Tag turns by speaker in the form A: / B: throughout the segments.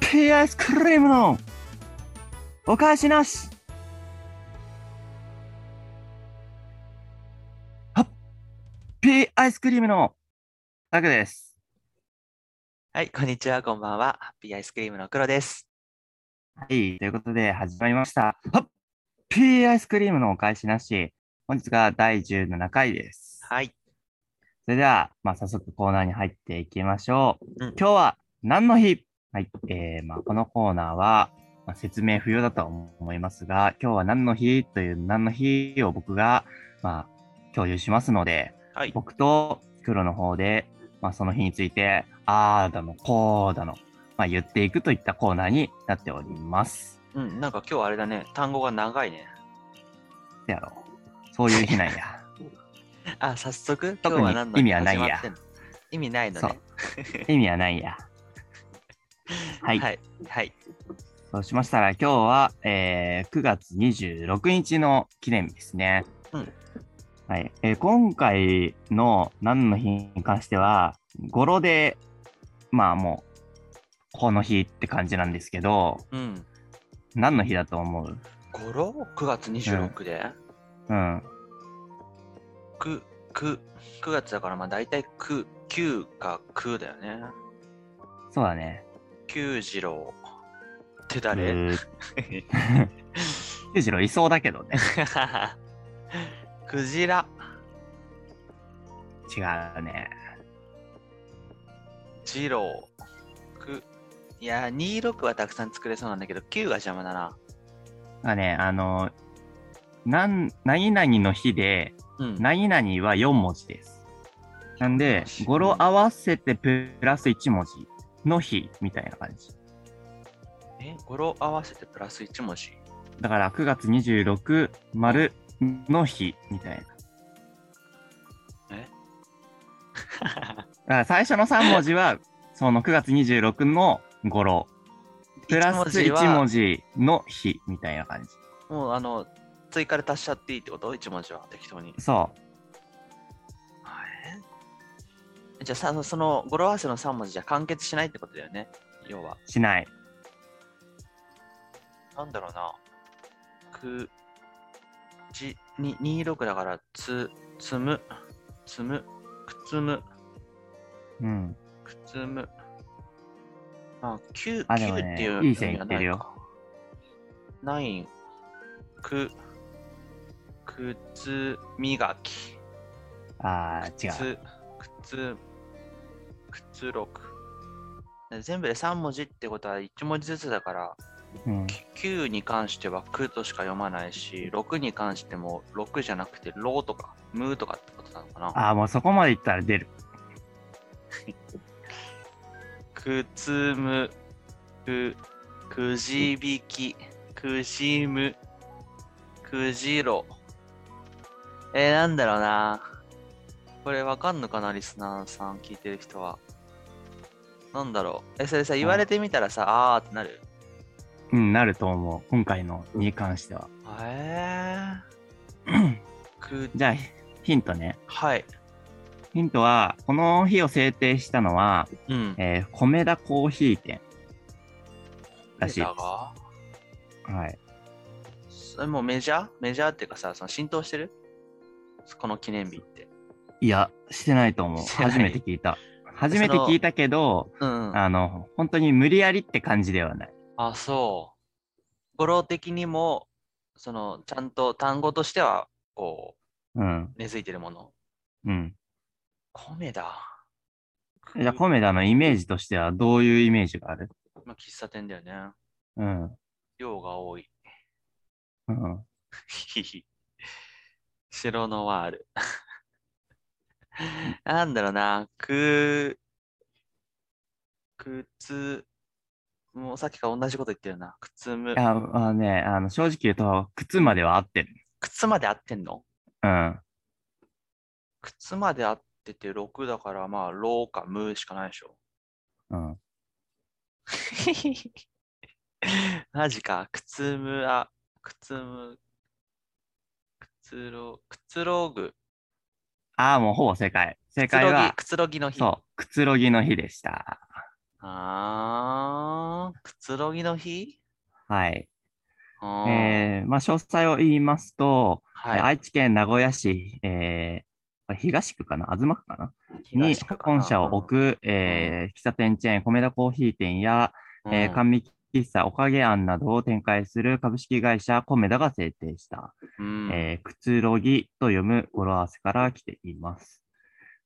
A: ティーアイスクリームのお返しなしハッピーアイスクリームのタクです。
B: はい、こんにちは、こんばんは。ハッピーアイスクリームの黒です。
A: はい、ということで始まりました。ハッピーアイスクリームのお返しなし。本日が第17回です。
B: はい、
A: それでは、まあ、早速コーナーに入っていきましょう。
B: うん
A: 今日は何の日はい、えーまあ、このコーナーは、まあ、説明不要だとは思いますが、今日は何の日という何の日を僕が、まあ、共有しますので、
B: はい、
A: 僕と黒の方で、まあ、その日について、あーだの、こうだの、まあ、言っていくといったコーナーになっております。
B: うん、なんか今日あれだね、単語が長いね。
A: せやろ。そういう日なんや。
B: あ、早速、今
A: 特
B: 日
A: に
B: は何の
A: 意味はないや
B: 始まってんの意味 ないのね。
A: 意味はないや。はい。
B: はい、はい、
A: そうしましたら、今日は、えー9月26日の記念日ですね。
B: うん
A: はいえー今回の何の日に関しては、語呂で、まあもう、この日って感じなんですけど、
B: うん。
A: 何の日だと思う
B: 語呂 ?9 月26で、
A: うん。
B: く、く、9月だからまあ大体く、9かくだよね。
A: そうだね。
B: 九次郎って
A: あ
B: 誰
A: 九次郎いそうだけどね。
B: クジラ、
A: 違うね。
B: 次郎、く、いや、26はたくさん作れそうなんだけど、9が邪魔だな。
A: まあね、あの、なん、何々の日で、
B: うん。
A: 何々は4文字です。なんで、語呂合わせてプラス1文字の日みたいな感じ。
B: え、語呂合わせてプラス1文字。
A: だから9月26丸の日みたいな。
B: え
A: だから最初の3文字は、その9月26の語呂。プラス
B: 一文字は
A: 1文字の日みたいな感じ。
B: もう、あの、追加で足しちゃっていいってこと ?1 文字は適当に。
A: そ
B: えじゃあさ、その語呂合わせの3文字じゃ完結しないってことだよね。要は。
A: う、しない。
B: なんだろうな。く、じ、に、26だから、つ、つむ、つむ、くつむ、
A: うん。
B: くつむ。あ、9、
A: あでも
B: 九
A: ね
B: っていう。
A: いい線いってるよ。
B: ナイン、く、くつ磨き。
A: ああ、違
B: く
A: う。
B: つ、くつ、くつろく。全部で3文字ってことは1文字ずつだから、
A: うん、
B: 9に関しては「く」としか読まないし6に関しても「6」じゃなくて「ろ」とか「む」とかってことなのかな
A: ああ、もうそこまでいったら出る。
B: くつむくくじ引きくじむくじろえー、なんだろうなこれわかんのかなリスナーさん聞いてる人はなんだろうえそれさ言われてみたらさあーってなる
A: うん、なると思う。今回のに関しては。
B: えー、く
A: じゃあ、ヒヒントね。
B: はい
A: ヒントは、この日を制定したのは、
B: うん
A: えー、米田コーヒー店。らしいです
B: だが
A: はい。
B: それもうメジャーメジャーっていうかさ、その浸透してるこの記念日って。
A: いや、してないと思う。
B: してない
A: 初めて聞いた。初めて聞いたけど、
B: うん、うん。
A: あの、本当に無理やりって感じではない。
B: あ、そう。語呂的にも、その、ちゃんと単語としては、こ
A: うん。
B: う、根付いてるもの。
A: うん。
B: 米だ。
A: じゃあ、米田のイメージとしては、どういうイメージがある
B: まあ、喫茶店だよね。
A: うん。
B: 量が多い。
A: うん。
B: ひひひ白のワール。 なんだろうな、く、くつ、もうさっきから同じこと言ってるな。くつむ
A: い。や、まあね、あの、正直言うと、靴までは合ってる。
B: 靴まで合ってんの
A: うん。
B: 靴まで合ってて6だからまあローかムーしかないでしょ。
A: うん。
B: マジか。靴むあ、靴む、靴ろ、靴ろぐ。
A: ああ、もうほぼ正解。正
B: くつ
A: 解
B: ろぎ
A: は、
B: くつろぎの日。
A: そう、くつろぎの日でした。
B: あー、くつろぎの日
A: はい。
B: あー
A: えーまあ、詳細を言いますと、
B: はい。
A: 愛知県名古屋市、えー東区かな東区かなに
B: 東区かな
A: 本社を置、く、えー喫茶店チェーン、米田コーヒー店や、
B: うん
A: えー甘味喫茶、おかげ庵などを展開する株式会社コメダが制定した、
B: うん
A: えーくつろぎと読む語呂合わせから来ています。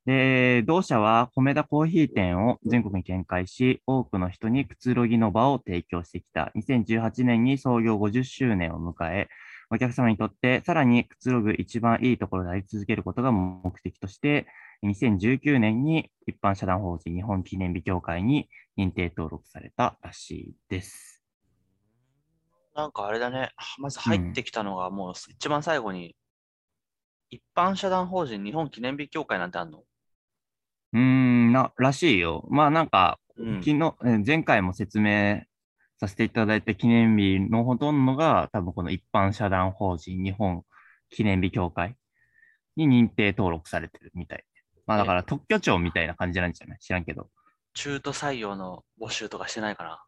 A: で、同社は米田コーヒー店を全国に展開し、多くの人にくつろぎの場を提供してきた。2018年に創業50周年を迎え、お客様にとってさらにくつろぐ一番いいところであり続けることが目的として、2019年に一般社団法人日本記念日協会に認定登録されたらしいです。
B: なんかあれだね、まず
A: うん
B: 入ってきたのがもう一番最後に、一般社団法人日本記念日協会なんてあんの
A: うーんな、らしいよ。まあなんか、
B: うん
A: 昨日、えー前回も説明させていただいた記念日のほとんどが、多分この一般社団法人日本記念日協会に認定登録されてるみたい。まあだから特許庁みたいな感じなんじゃない知らんけど。
B: 中途採用の募集とかしてないか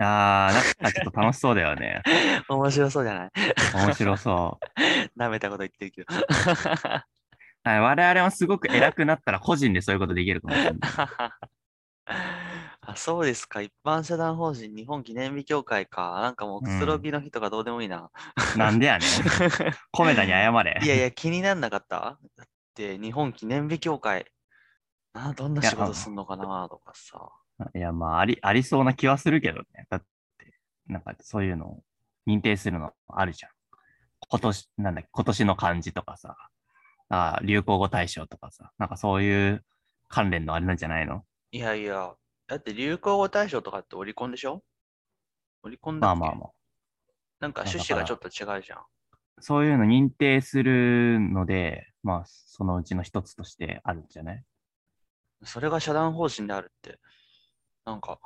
A: あー、なんかちょっと楽しそうだよね。
B: な 面白そうじゃない
A: 面白そう。
B: 舐めたこと言ってるけど。
A: はい、我々はすごく偉くなったら個人でそういうことできるかもしれない。
B: あそうですか。一般社団法人日本記念日協会か。なんかもうくつろぎの日とかどうでもいいな。
A: なんでや ねん。コメダに謝れ。
B: いやいや、気になんなかった だって日本記念日協会。などんない
A: や
B: 仕事すんのかなとかさ。
A: いや、まあ、あり、ありそうな気はするけどね。だって、なんかそういうのを認定するのあるじゃん。今年、なんだっけ、今年の漢字とかさ、あ流行語大賞とかさ、なんかそういう関連のあれなんじゃないの
B: いやいや、だって流行語大賞とかってオリコンでしょオリコンだ
A: ま
B: っ
A: あ
B: け
A: まあまあ。
B: なんか趣旨がちょっと違うじゃん。
A: そういうの認定するので、まあ、そのうちの一つとしてあるんじゃない
B: それが社団法人であるって、なんか、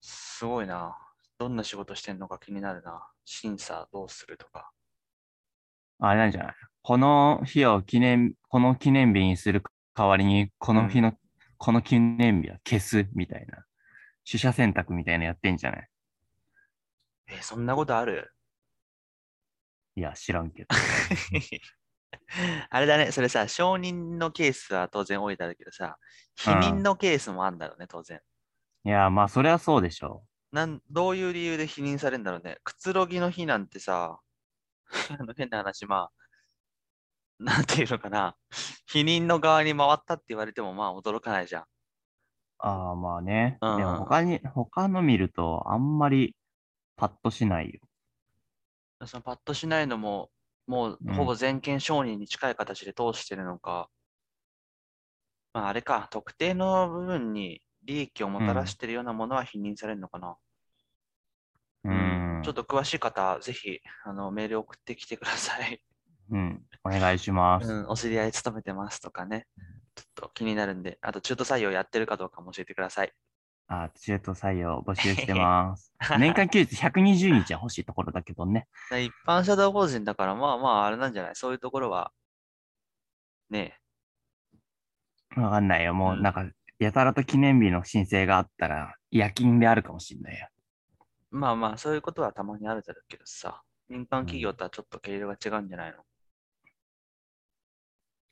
B: すごいな。どんな仕事してんのか気になるな。審査どうするとか。
A: あれなんじゃないこの日を記念、この記念日にする代わりに、この日の、この記念日は消すみたいな、取捨選択みたいなのやってんじゃない
B: えーそんなことある
A: いや、知らんけど。
B: あれだね、それさ、承認のケースは当然多いだろうけどさ、否
A: うん
B: 認のケースもあるんだろうね、当然。
A: いや、まあ、そりゃそうでしょ
B: なんどういう理由で否認されるんだろうね。くつろぎの日なんてさ、 あの変な話、まあ、なんていうのかな。否認の側に回ったって言われても、まあ驚かないじゃん。
A: う。ああ、まあね。で
B: うん
A: も、他に、他の見ると、あんまりパッとしないよ。
B: そのパッとしないのも、も
A: う
B: うんほぼ全権承認に近い形で通してるのか、まああれか、特定の部分に利益をもたらしてるようなものは否認されるのかな。
A: う
B: うんんちょっ。と詳しい方、ぜひあのメール送ってきてください。
A: うん。お願いします。
B: うん、お知り合い勤めてますとかね。ちょっと気になるんで、あと中途採用やってるかどうかも教えてください。
A: あ、中途採用募集 してます。年間休日120日は欲しいところだけどね。
B: で一般社団法人だから、まあまあ、あれなんじゃないそういうところは、ね
A: わかんないよ。もう、
B: うん
A: なんか、やたらと記念日の申請があったら、夜勤であるかもしんないよ。
B: え、まあまあ、そういうことはたまにあるだろうけどさ、民間企業とはちょっと毛色が違うんじゃないの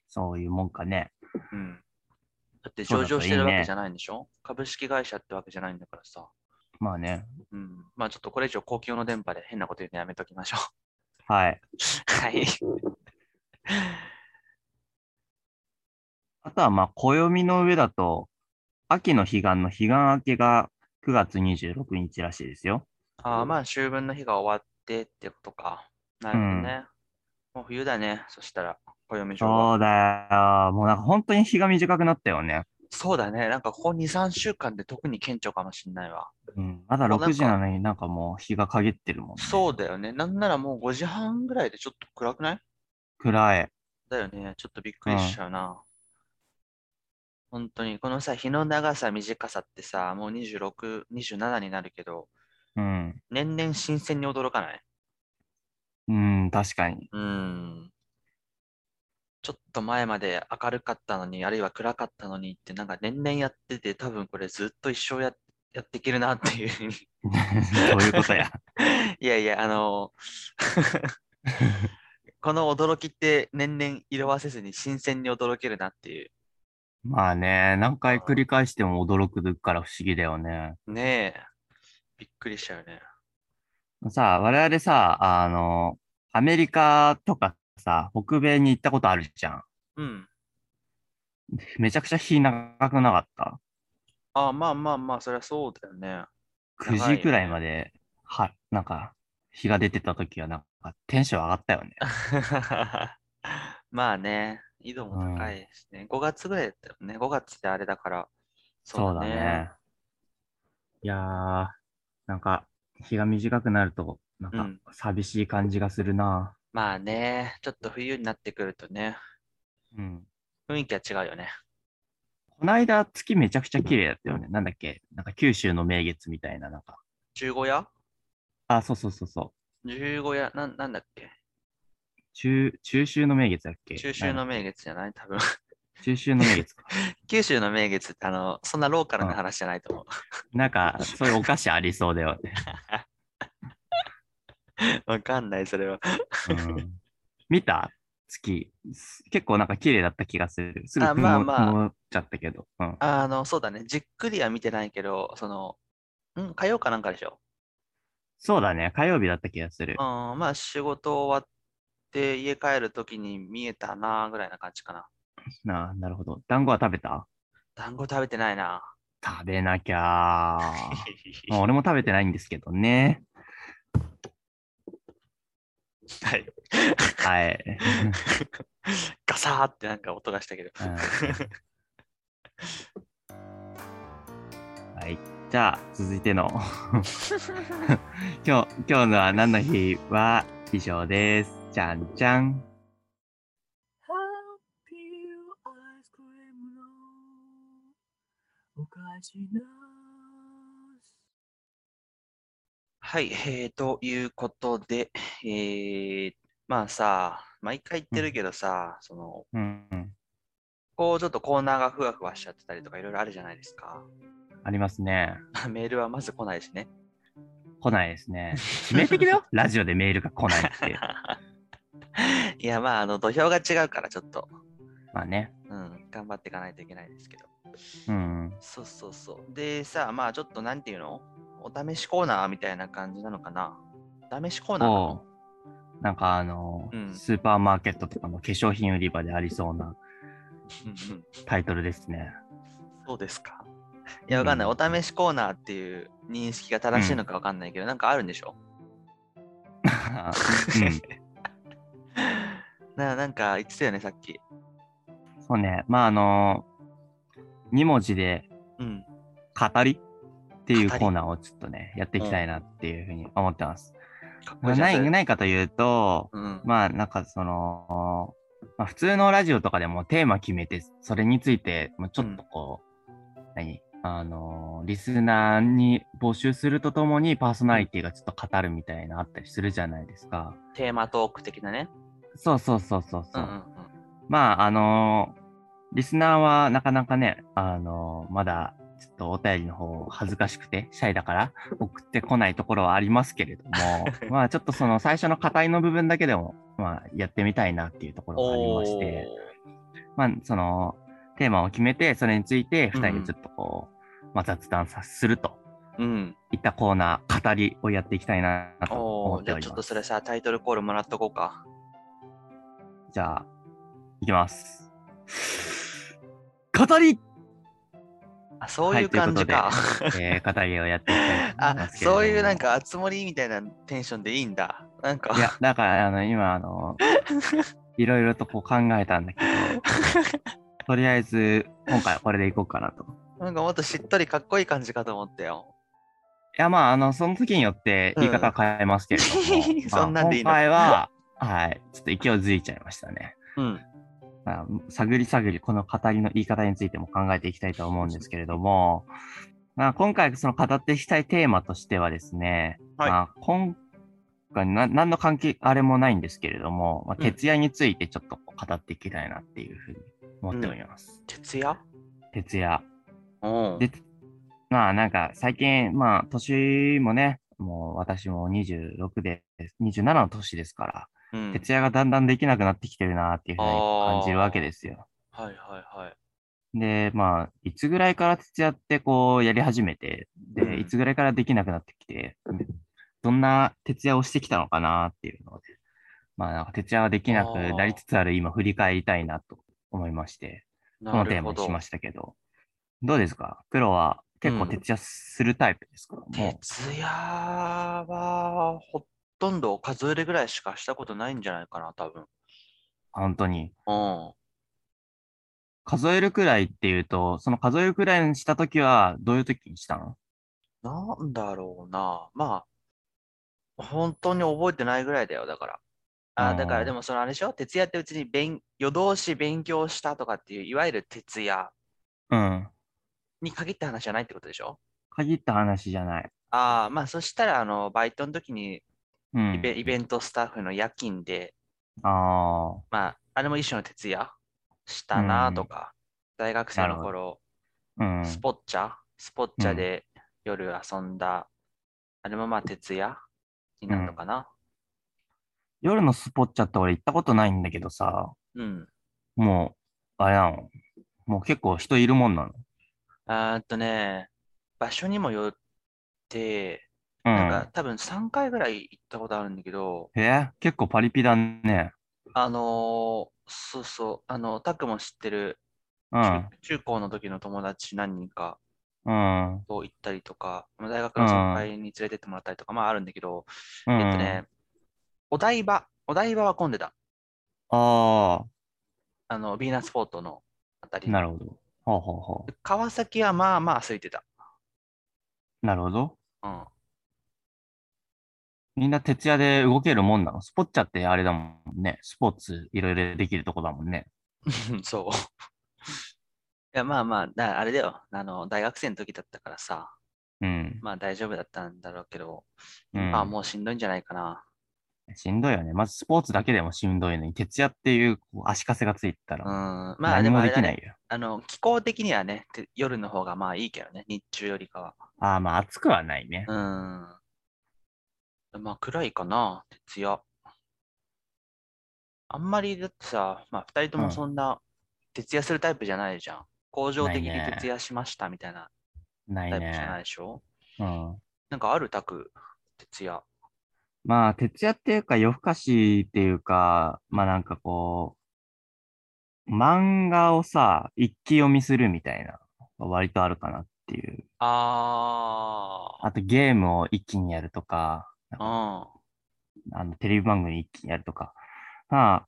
A: そういうもんかね。
B: うん。だって
A: そうだ
B: 上
A: とい
B: 場
A: いね
B: してるわけじゃないんでしょ株式会社ってわけじゃないんだからさ。
A: まあね。
B: うん。まあちょっとこれ以上公共の電波で変なこと言うのやめときましょう。
A: はい。
B: はい。
A: あとは、まあ、暦の上だと、秋の彼岸の彼岸明けが9月26日らしいですよ。
B: ああ、まあ、秋分の日が終わってってことか。なるほどね。もう冬だね。そしたら、暦上は。
A: そうだよ。もうなんか本当に日が短くなったよね。
B: そうだね。なんかここ2、3週間で特に顕著かもしんないわ。
A: うん、まだ
B: もうなんか
A: 6時なのになんかもう日が陰ってるもんね。
B: そうだよね。なんならもう5時半ぐらいでちょっと暗くない
A: 暗い。
B: だよね。ちょっとびっくりしちゃうな。本当に、このさ、日の長さ、短さってさ、もう26、27になるけど、
A: うん。
B: 年々新鮮に驚かない
A: うん、確かに。
B: うん。ちょっと前まで明るかったのに、あるいは暗かったのにって、なんか年々やってて、多分これずっと一生ややっていけるなっていう ふうに。
A: そういうこと や。
B: いやいや、あの、この驚きって年々色あせずに新鮮に驚けるなっていう。
A: まあね、何回繰り返しても驚くから不思議だよね。
B: ねえ、びっくりしちゃうね。
A: さあ、我々さ、あの、アメリカとかさ、北米に行ったことあるじゃん。
B: うん。
A: めちゃくちゃ日長くなかった。
B: あまあまあまあ、そりゃそうだよ ね。長いよね
A: 9時くらいまで、は、なんか、日が出てた時は、なんか、テンション上がったよね。
B: まあね、緯度も高いしね。5月ぐらいだったよね。5月ってあれだから。
A: そうだね。。いやー、なんか、日が短くなると、なん
B: う
A: か
B: ん、
A: 寂しい感じがするな。
B: まあね、ちょっと冬になってくるとね、
A: うん。
B: 雰囲気は違うよね。
A: こないだ月めちゃくちゃ綺麗だったよね。なんだっけなんか九州の名月みたいな、なんか。
B: 十五夜
A: あ、そうそうそうそう。
B: 十五夜、なんなんだっけ
A: 中、中秋の名月だっけ
B: 中秋
A: な
B: の
A: んだ
B: 名月じゃない多分。
A: 中秋の名月か。
B: 九州の名月って、あの、そんなローカルな話じゃないと思う。
A: なんか、そういうお菓子ありそうだよね。
B: わかんない、それは。
A: うん、見た月。す結構なんか綺麗だった気がする。すぐ
B: あ
A: 曇、
B: まあまあ
A: 曇っちゃったけど。うん。
B: あの、そうだね。じっくりは見てないけど、その、うん、火曜かなんかでしょ。
A: そうだね。火曜日だった気がする。
B: うん、まあ仕事終わって家帰るときに見えたな、ぐらいな感じかな。
A: なあ、なるほど。団子は食べた
B: 団子食べてないな。
A: 食べなき ゃー。まあ俺も食べてないんですけどね。
B: はい。
A: はい。
B: ガサーってなんか音がしたけど。
A: うんはい。じゃあ、続いての 今日、今日のは何の日は以上です。じゃんじゃん。
C: ハッピーアイスクリームのお菓子なす。
B: はい、えー、ということで、えー、まあさ、毎回言ってるけどさ、その、
A: うんうん。
B: こうちょっとコーナーがふわふわしちゃってたりとかいろいろあるじゃないですか。
A: ありますね。
B: メールはまず来ないしね。
A: 来ないです ね。致命的だよ。ラジオでメールが来ないって。
B: いや、まあ、あの、土俵が違うから、ちょっと、
A: まあね。
B: うん、頑張っていかないといけないですけど。
A: うんうん。
B: そうそうそう。でさ、まあ、ちょっと、なんていうのお試しコーナーみたいな感じなのかな試しコーナーな
A: お
B: の
A: うなんかあの、
B: うん
A: スーパーマーケットとかの化粧品売り場でありそうな
B: うんうん
A: タイトルですね。
B: そうですか。いや、わかんない。
A: うん
B: お試しコーナーっていう認識が正しいのかわかんないけど、なんかあるんでしょ
A: う
B: ななんか言ってたよね、さっき。
A: ん、そうね。まああの、2文字で
B: うん。
A: 語りっていう
B: 語り
A: コーナーをちょっとね、やっていきたいなっていうふうに思ってます。
B: かっこ
A: ま
B: い
A: あ
B: いじゃん
A: 何
B: それ
A: 何かというと、
B: うん。
A: まあなんかその、まあ、普通のラジオとかでもテーマ決めて、それについて、まあ、ちょっとこう、何あのーリスナーに募集するとともにパーソナリティがちょっと語るみたいなあったりするじゃないですか。
B: テーマトーク的なね。
A: そうそうそうそう
B: う
A: そ
B: ん
A: う。
B: うんうん。
A: まあ、あのーリスナーはなかなかね、あのーまだ、ちょっとお便りの方恥ずかしくて、シャイだから送ってこないところはありますけれども、 まあちょっとその最初の課題の部分だけでも、まあやってみたいなっていうところがありまして、まあそのテーマを決めて、それについて2人でちょっとこう、まあ雑談さすると
B: おーうん。
A: いったコーナー、語りをやっていきたいなと
B: お
A: 思
B: ー
A: っ
B: じ
A: て
B: ゃ
A: お
B: あ
A: り
B: ちょっ
A: ま
B: と
A: す。
B: それさ、タイトルコールもらっとこうか。
A: じゃあ、いきます。語り
B: あ、そういう感じ
A: は。
B: か
A: え ー、語りをやっていきたいと思い
B: あ
A: ま、すけれども
B: そういうなん。か熱盛みたいなテンションでいいんだ。なんか
A: い、や、だから、あの、今、あ の、いろいろとこう考えたんだけど、とりあえず、今回はこれでいこうかなと。い
B: なんかもっとしっとりかっこいい感じかと思ったよ。
A: や、まあ、あの、その時によって言い方は変えますけれども、
B: うんそんなんでいいの
A: まあ今回は、はい、ちょっと勢いづいちゃいましたね。
B: うん。
A: まあ、探り探り、この語りの言い方についても考えていきたいと思うんですけれども、まあ、今回、その語っていきたいテーマとしてはですね、
B: はい
A: まあ、今かな何の関係、あれもないんですけれども、まあ、
B: うん
A: 徹夜についてちょっと語っていきたいなっていうふうに思っております。
B: 徹夜
A: 徹夜。
B: うん。
A: で、まあなんか最近、まあ年もね、もう私も26で、27の年ですから、
B: うん、
A: 徹夜がだんだんできなくなってきてるなっていうふうに感じるわけですよ。
B: はいはいはい。
A: で、まあ、いつぐらいから徹夜ってこうやり始めて、
B: うん
A: で、いつぐらいからできなくなってきて、どんな徹夜をしてきたのかなっていうので、まあなんか徹夜ができなくなりつつある今振り返りたいなと思いまして。こ
B: な
A: のテ
B: る
A: ーマ
B: ほ
A: にし
B: ど
A: ま。したけど、どうですか黒は結構
B: うん
A: 徹夜するタイプですか、も
B: 徹夜はほとんど数えるぐらいしかしたことないんじゃないかな、多分。
A: う本当に。
B: うん。
A: 数えるくらいっていうと、その数えるくらいにしたときは、どういうときにしたの
B: なんだろうな。まあ、本当に覚えてないぐらいだよ、だから。あ
A: う
B: あ、
A: ん
B: だからでもそのあれでしょ徹夜ってうちに勉夜通し勉強したとかっていう、いわゆる徹夜
A: うん。
B: に限った話じゃないってことでしょ
A: 限った話じゃない。
B: ああ、まあそしたら、あの、バイトの時に
A: うん。
B: イベイベントスタッフの夜勤で、
A: あ
B: まあ、あれも一種の徹夜したな
A: うん
B: とか、大学生
A: なる
B: の
A: ほど
B: 頃、
A: あ。うん。
B: スポッチャスポッチ
A: う
B: ャ
A: ん
B: で夜遊んだ、あれもまあ徹夜になるのかな。
A: 夜のスポッチャって俺行ったことないんだけどさ、
B: うん。
A: もう、あれなのもう結構人いるもんなの
B: あーっとね、場所にもよって、
A: うん。
B: なんか多分3回ぐらい行ったことあるんだけど、
A: え結構パリピだね。
B: あのーそうそう、あの、タクも知ってる
A: う
B: 中
A: ん。
B: 中高の時の友達何人か
A: うん。
B: と行ったりとか、まあ大学の先輩に連れてってもらったりとか、まああるんだけど、
A: うん。
B: えっとね、お台場、お台場は混んでた。
A: あ
B: あの、ヴィーナスフォートのあた
A: あ、
B: り。
A: なるほど。ほうほうほ
B: 川崎はまあまあ空いてた。
A: う。なるほど。
B: うん。
A: みんな徹夜で動けるもんなのスポッチャってあれだもんね。スポーツいろいろできるとこだもんね。
B: そう。いや、まあまあ、だあれだよ。あの、大学生の時だったからさ、
A: うん。
B: まあ大丈夫だったんだろうけど、
A: うん
B: まあもうしんどいんじゃないかな。
A: しんどいよね。まずスポーツだけでもしんどいのに、徹夜っていうこう足かせがついてた
B: うん
A: ら、。
B: まあ
A: 何
B: でも
A: も
B: あ
A: で
B: れだ
A: きない
B: ね。
A: よ。
B: あの、気候的にはね、て夜の方がまあいいけどね、日中よりかは。
A: ああ、まあ暑くはないね。
B: うん。まあ暗いかな、徹夜。あんまりだってさ、まあ二人と
A: うん
B: もそんな徹夜するタイプじゃないじゃん。恒常的に
A: ないね
B: 徹夜しましたみたいな
A: な
B: タ
A: い
B: イプじゃない
A: ね。
B: でしょ。
A: うん。
B: なんかあるタク、徹夜。
A: まあ徹夜っていうか夜更かしっていうか、まあなんかこう、漫画をさ、一気読みするみたいな、割とあるかなっていう。
B: あ
A: あとゲームを一気にやるとか、
B: あ、
A: あの、テレビ番組一気にやるとか。まあ、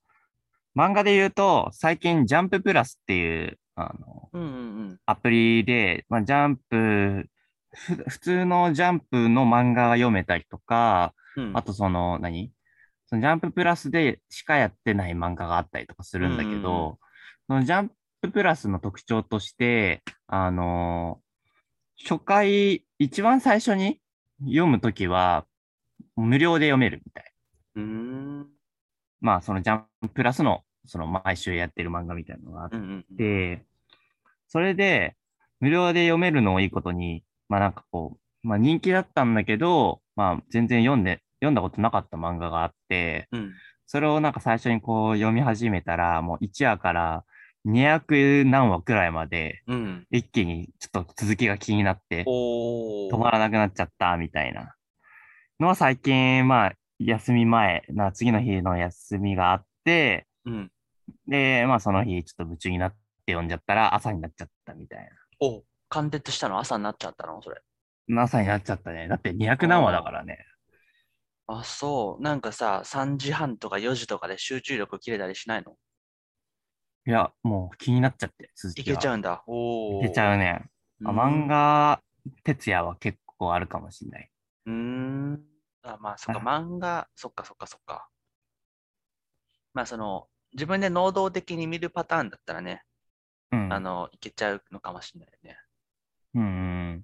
A: 漫画で言うと、最近、ジャンププラスっていう、あの、
B: うん。うんうん
A: アプリで、まあ、ジャンプ、ふ普通のジャンプの漫画が読めたりとか、
B: うん。うん
A: あとその、何そのジャンププラスでしかやってない漫画があったりとかするんだけど、そのジャンププラスの特徴として、あの初回、一番最初に読むときは、無料で読めるみたいな。
B: うーん。
A: まあ、そのジャンプラスの、その毎週やってる漫画みたいなのがあっ
B: うんうんうん。
A: て、それで、無料で読めるのをいいことに、まあなんかこう、まあ人気だったんだけど、まあ全然読んで、読んだことなかった漫画があって、
B: うん。
A: それをなんか最初にこう読み始めたら、もう1話から200何話くらいまで、
B: うん。
A: 一気にちょっと続きが気になって、
B: おお。
A: 止まらなくなっちゃったみたいなのは最近、まあ、休み前、な次の日の休みがあって、
B: うん。
A: で、まあその日ちょっと夢中になって読んじゃったら朝になっちゃったみたい
B: お貫徹したの朝になっちゃったのそれ。
A: な。朝になっちゃったね。だって200何話だからね。
B: あ、そう。なんかさ、3時半とか4時とかで集中力切れたりしないの
A: いや、もう気になっちゃって、続
B: い
A: きが。
B: けちゃうんだ。おお。
A: いけちゃうね。
B: う
A: あ
B: ーん。
A: 漫画、徹夜は結構あるかもしれない。
B: うーん。あ、まあ、そっか、
A: あ
B: 漫画、そっかそっかそっか。まあ、その、自分で能動的に見るパターンだったらね、
A: うん。
B: あの、いけちゃうのかもしれないよね。
A: うんうん。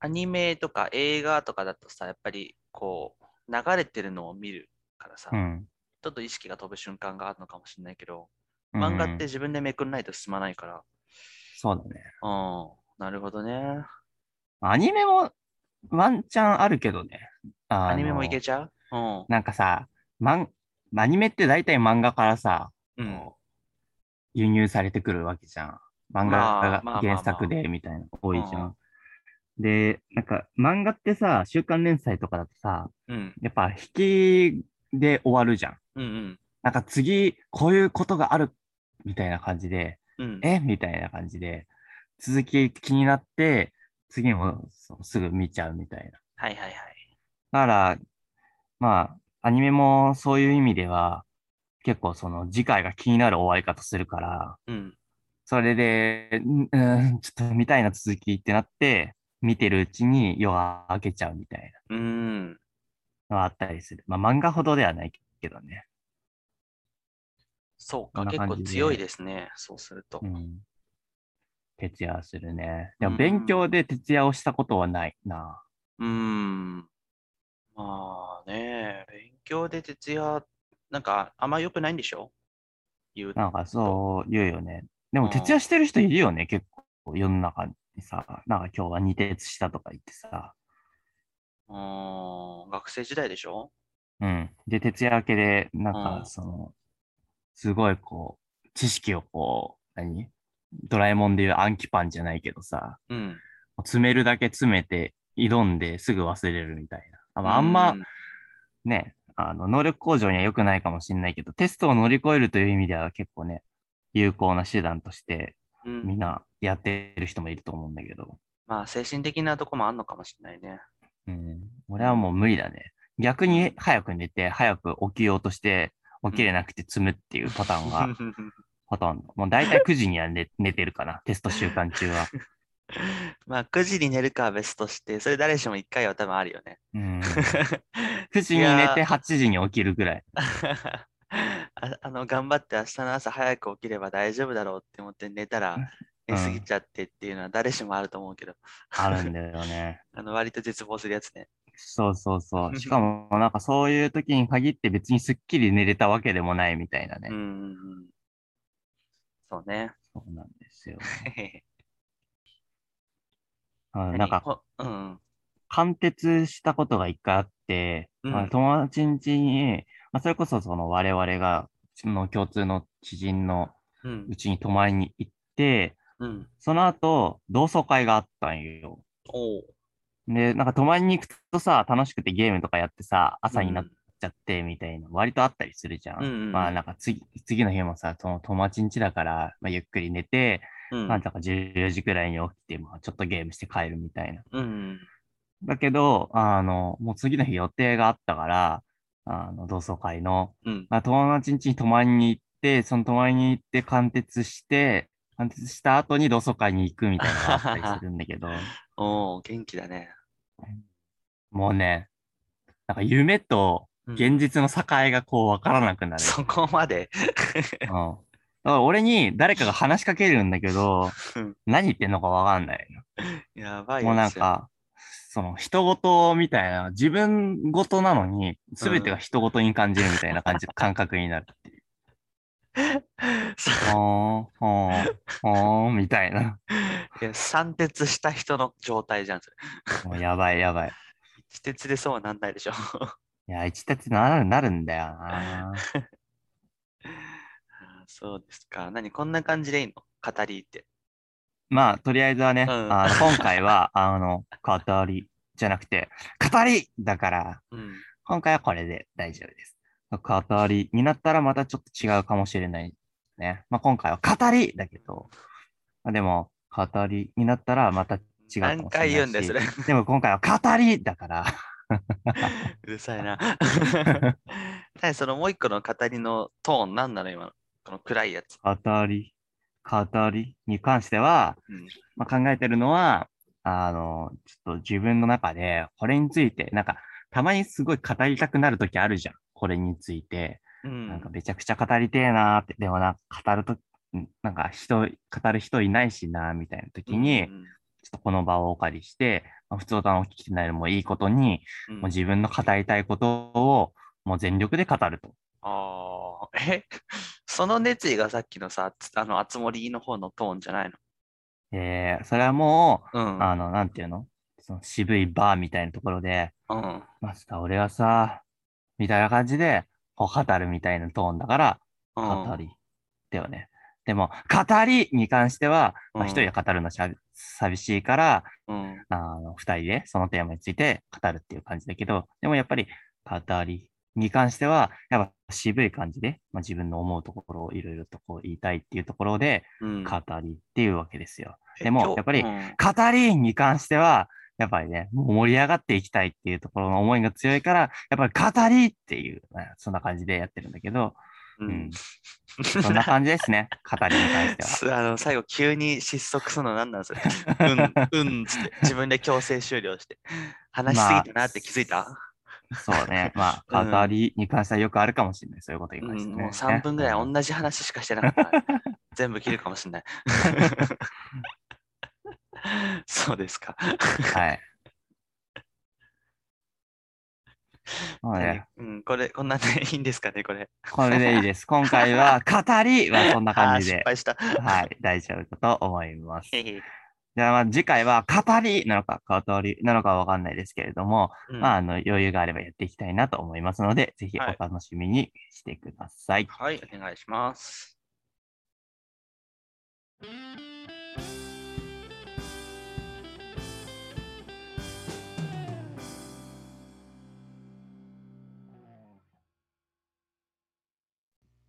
B: アニメとか映画とかだとさ、やっぱりこう、流れてるのを見るからさ、
A: うん。
B: ちょっと意識が飛ぶ瞬間があるのかもしれないけど、漫画って
A: うん
B: 自分でめくんないと進まないから。
A: そうだね。
B: うん、なるほどね。
A: アニメもワンチャンあるけどね。あの
B: アニメもいけちゃううん。
A: なんかさ、マンアニメって大体漫画からさ、
B: うん。
A: 輸入されてくるわけじゃん。漫
B: まあ
A: 画
B: まあま
A: が
B: あ
A: 原作でみたいなの多いじゃ。
B: うん
A: で、なんか漫画ってさ、週刊連載とかだとさ、
B: うん。
A: やっぱ引きで終わるじゃん。
B: うん。
A: なんか次、こういうことがあるみたいな感じで、
B: うん。
A: えみたいな感じで、続き気になって、次もそうすぐ見ちゃうみたいな。
B: はいはいはい。
A: だから、まあ、アニメもそういう意味では、結構その次回が気になる終わり方するから、
B: うん。
A: それで、んうん、ちょっと見たいな続きってなって、見てるうちに夜が明けちゃうみたい
B: うん。
A: なのがあったりする。まあ漫画ほどではないけどね。
B: そう
A: こ
B: か、
A: んな
B: 結
A: 感じで
B: 構強いですね。そうすると
A: う。ん。徹夜するね。で
B: う
A: も
B: ん
A: 勉強で徹夜をしたことはないな。
B: うん。まあね、勉強で徹夜、なんかあんま良くないんでしょ言う
A: なんかそう言うよね。でも
B: うん
A: 徹夜してる人いるよね、結構世の中にさ。なんか今日は二徹したとか言ってさ。
B: うん。学生時代でしょ
A: うん。で、徹夜明けで、なん
B: う
A: か、
B: ん
A: その、すごいこう、知識をこう、何ドラえもんでいう暗記パンじゃないけどさ、
B: うん。
A: もう詰めるだけ詰めて、挑んですぐ忘れるみたいな。あまああんま
B: う、
A: ね、あの、能力向上には良くないかもしれないけど、テストを乗り越えるという意味では結構ね、有効な手段として、
B: うん
A: みんなやってる人もいると思うんだけど、
B: まあ精神的なとこもあんのかもしれない ね。
A: うん。俺はもう無理だね。逆に早く寝て、早く起きようとして、起きれなくて積むっていうパターンが、ほとんど。もう大体9時には 寝寝てるかな、テスト週間中 は。
B: まあ9時に寝るかは別として、それ誰しも1回は多分あるよね。
A: うん、9時に寝て8時に起きるぐらい。
B: ああ の頑張って明日の朝早く起きれば大丈夫だろうって思って寝たら
A: うん
B: 寝すぎちゃってっていうのは誰しもあると思うけど、
A: あるんだよね。
B: あの割と絶望するやつね。
A: そうそうそう。しかも、なんかそういう時に限って別にすっきり寝れたわけでもないみたいなね。
B: うんうんうん。そうね。
A: そうなんですよ。
B: う
A: うん、なん か、
B: うん。
A: 貫徹したことが一回あって、
B: うん
A: まあ友達ん家に、まあ、それこそその我々が、その共通の知人の
B: うん
A: う。ちに泊まりに行って、
B: うん。
A: その後、同窓会があったんよ。
B: おう。
A: で、なんか泊まりに行くとさ、楽しくてゲームとかやってさ、朝になっ
B: うん
A: ちゃってみたいな、割とあったりするじゃん。
B: うんうんうん
A: まあなんか次、次の日もさ、その友達ん家だから、まあ、ゆっくり寝て、
B: うん。
A: なんとか14時くらいに起きて、まあちょっとゲームして帰るみたいな。
B: うん。
A: だけど、あの、もう次の日予定があったから、あの、同窓会の、
B: うん。
A: まあ、友達ん家に泊まりに行って、その泊まりに行って貫徹して、貫徹した後に同窓会に行くみたいなのがあったりするんだけ ど。
B: おう、元気だね。
A: もうね、なんか夢と
B: うん
A: 現実の境がこう分からなくなる。
B: そこまで。
A: うん、だから俺に誰かが話しかけるんだけど、
B: うん
A: 何言ってんのか分かんない。
B: やばい
A: もうな
B: や
A: ん
B: つ。
A: か、その人事みたいな、自分事なのに、すべてが人事に感じるみたいな感じ、感覚になるっ ていう。
B: さ
A: ほーん、ほーん、ほーん、みたいな。
B: いや三鉄した人の状態じゃん。それ
A: もうやばいやばい。
B: 一鉄でそうはなんないでしょ。
A: いや、一たちなるなるんだよな。
B: あそうですか。何こんな感じでいいの語りって。
A: まあ、とりあえずはね、
B: ん
A: あの今回は、 あの、語りじゃなくて、語りだから、
B: うん。
A: 今回はこれで大丈夫です。語りになったらまたちょっと違うかもしれないね。まあ、今回は語りだけど、まあ、でも、語りになったらまた違うかもしれないし。
B: 何回言うんだよそれ。
A: でも今回は語りだから、
B: うるさいな。 ただそのもう一個の語りのトーン何なの今のこの暗いやつ。
A: 語り、語りに関しては、
B: うん
A: まあ、考えてるのは、あの、ちょっと自分の中で、これについて、なんか、たまにすごい語りたくなるときあるじゃん。これについて。
B: うん
A: なんか、めちゃくちゃ語りてえなーって。でもな、語ると、うんなんか、人、語る人いないしなーみたいなときに、
B: うん
A: ちょっとこの場をお借りして、まあ、普通歌を聞きないのもいいことに、
B: うん
A: もう自分の語りたいことをもう全力で語ると。
B: ああ、えその熱意がさっきのさ、つあの、熱森の方のトーンじゃないの
A: えーそれはもう、
B: うん。
A: あの、なんていうのその渋いバーみたいなところで、
B: うん。
A: マスター俺はさ、みたいな感じで、こう語るみたいなトーンだから、
B: うん
A: 語り。だよね。でも、語りに関しては、ま
B: う
A: あ、
B: ん
A: 一人で語るのしゃ寂しいから、
B: うん。
A: あの、二人でそのテーマについて語るっていう感じだけど、でもやっぱり、語りに関しては、やっぱ渋い感じで、まあ、自分の思うところをいろいろとこう言いたいっていうところで、
B: うん
A: 語りっていうわけですよ。
B: え
A: でも
B: 今日
A: やっぱり
B: うん
A: 語りに関しては、やっぱりね、もう盛り上がっていきたいっていうところの思いが強いから、やっぱり語りっていう、ねそんな感じでやってるんだけ ど、
B: う
A: うんん。そ んな感じですね、語りに関しては。
B: すあの最後急に失速するの何なんそれ うんうんっつって自分で強制終了して話しすぎたなって気づいた、
A: そうね、ま
B: うん
A: あ、語りに関してはよくあるかもしれない、そういうことに
B: う
A: 関して
B: ん
A: ね。
B: もう3分ぐら
A: う
B: い
A: ん
B: 同じ話しかしてなかったから全部切るかもしれない そうですか
A: はい。そうね、
B: うん、これこんなんでいいんですかねこれ
A: これでいい です。今回は、語りはそんな
B: あー
A: 感じ
B: 失
A: で、
B: 敗した
A: はい、大丈夫だと思います。
B: へへ
A: では、まあ次回は語りなのか、語りなのかわかんないですけれども、
B: うん
A: まあ、あの、余裕があればやっていきたいなと思いますので、ぜひお
B: はい
A: 楽しみにしてください。
B: はいお願いします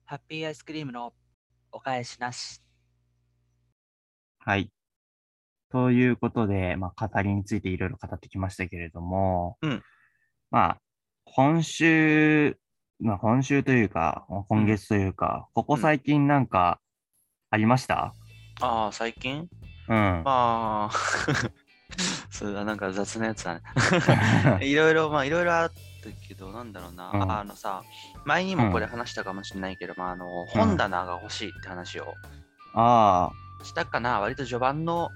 D: ハッピーアイスクリームのお返しなし。
A: はい。ということで、まあ、語りについていろいろ語ってきましたけれども、
B: うん
A: まあ、今週、まあ、今週というか、今月というか、ここ最近なんかありました
B: ああ、最近
A: うん。
B: まあ、 そうだ、なんか雑なやつだね。いろいろ、まあ、いろいろあったけど、なんだろうな、
A: うん
B: あのさ、前にもこれ話したかもしれないけど、まあ、あの、本棚が欲しいって話を
A: あ
B: したかな、割と序盤の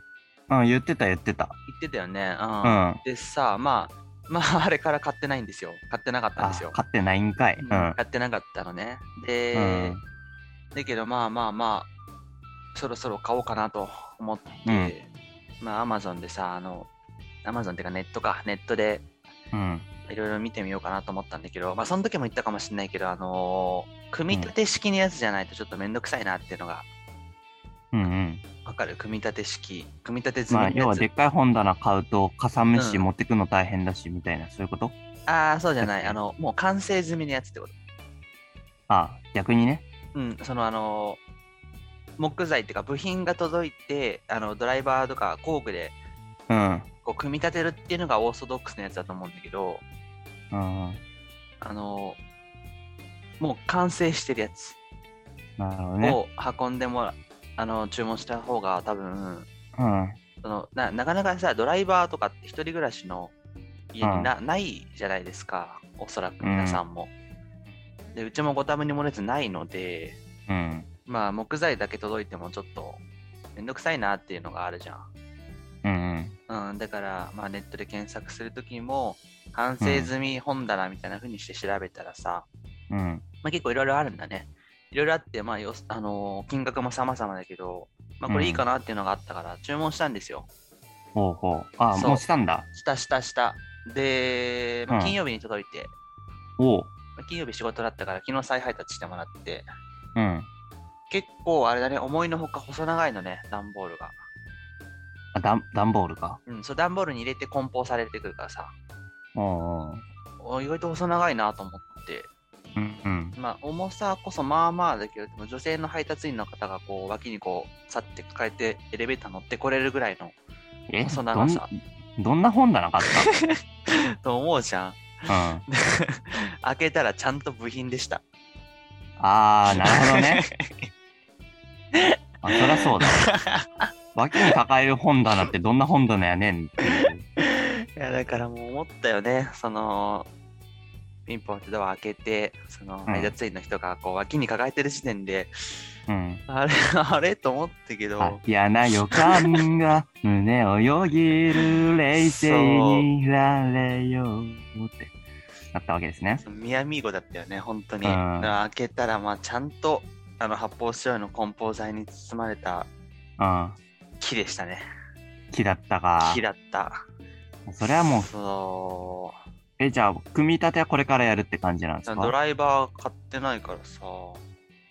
A: あ、うん、言ってた言ってた。
B: 言ってたよね。う。
A: うんん。
B: でさ、まあ、まあ、あ れから買ってないんですよ。買ってなかったん
A: あ
B: ですよ。
A: 買ってないんかい。うん。
B: 買ってなかったのね。
A: う
B: で
A: ん、
B: だけどまあまあまあそろそろ買おうかなと思って、
A: うん
B: まあアマゾンでさあのアマゾンっていうかネットかネットで
A: うん。
B: いろいろ見てみようかなと思ったんだけどまあその時も言ったかもしれないけどあのー組み立て式のやつじゃないとちょっとめんどくさいなっていうのが
A: うんうん。
B: わかる組み立て式組み立て済
A: ま
B: みの
A: あ、
B: やつ、
A: 要はでっかい本棚買うと、かさむし
B: うん
A: 持ってくの大変だし、みたいな、そういうこと
B: ああそうじゃないあのもう完成済みのやつってこと
A: ああ、逆にね。
B: うんそのあのー木材っていうか部品が届いてあのドライバーとか工具で
A: うん。
B: こう組み立てるっていうのがオーソドックスなやつだと思うんだけど、
A: うん。
B: あのもう完成してるやつ
A: なるほどね。
B: を運んでもら、あの注文した方が多分
A: うん。
B: そのななかなかさドライバーとかって一人暮らしの家にな,、ないじゃないですかおそらく皆さんも、でうちもご多分に漏れずないので
A: うん。
B: まあ木材だけ届いてもちょっとめんどくさいなっていうのがあるじゃん
A: うん。
B: うん、だから、まあ、ネットで検索するときも、完成済み本棚みたいな風にして調べたらさ、
A: うん。
B: まあ、結構いろいろあるんだね。いろいろあって、まあよあのー金額も様々だけど、まあ、これいいかなっていうのがあったから、注文したんですよ。
A: ほうほう。ああ、
B: そう
A: もうしたんだ。
B: したしたした。で、まあ
A: うん
B: 金曜日に届いて、
A: おう。
B: まあ金曜日仕事だったから、昨日再配達してもらって、
A: うん。
B: 結構あれだね、思いのほか細長いのね、段ボールが。
A: あ、ダン段ボールか。
B: うん、そう、段ボールに入れて梱包されてくるからさ、
A: おうおう。
B: お意外と細長いなと思って、
A: うん。うん。
B: まあ、重さこそまあまあだけど、でも女性の配達員の方がこう脇にこう、さって抱えてエレベーター乗ってこれるぐらいの、
A: え、
B: そ
A: ど
B: んなの
A: ん
B: さ、
A: どんな本棚買っ
B: と思うじゃん。
A: たうん。
B: 開けたらちゃんと部品でした。
A: ああ、なるほど ね。あ、そりゃそうだ。脇に抱える本棚ってどんな本棚やねんっていう。
B: いや、だからもう思ったよね。その、ピンポンってドア開けて、その
A: うん
B: 配達員の人がこう脇に抱えてる時点で、
A: うん。
B: あれ、 あれと思ったけど、
A: あ嫌な予感 が胸をよぎる冷静にいられようってなったわけですね。
B: ミヤミーゴだったよね、本当に。
A: うん
B: 開けたら、まあ、ちゃんとあの発泡スチロールの梱包材に包まれた
A: うん。
B: 木でしたね。
A: 木だったか
B: 木。だった。
A: それはもう、
B: そ
A: え、じゃあ、組み立てはこれからやるって感じなんで
B: う
A: すか
B: ドライバー買ってないからさ、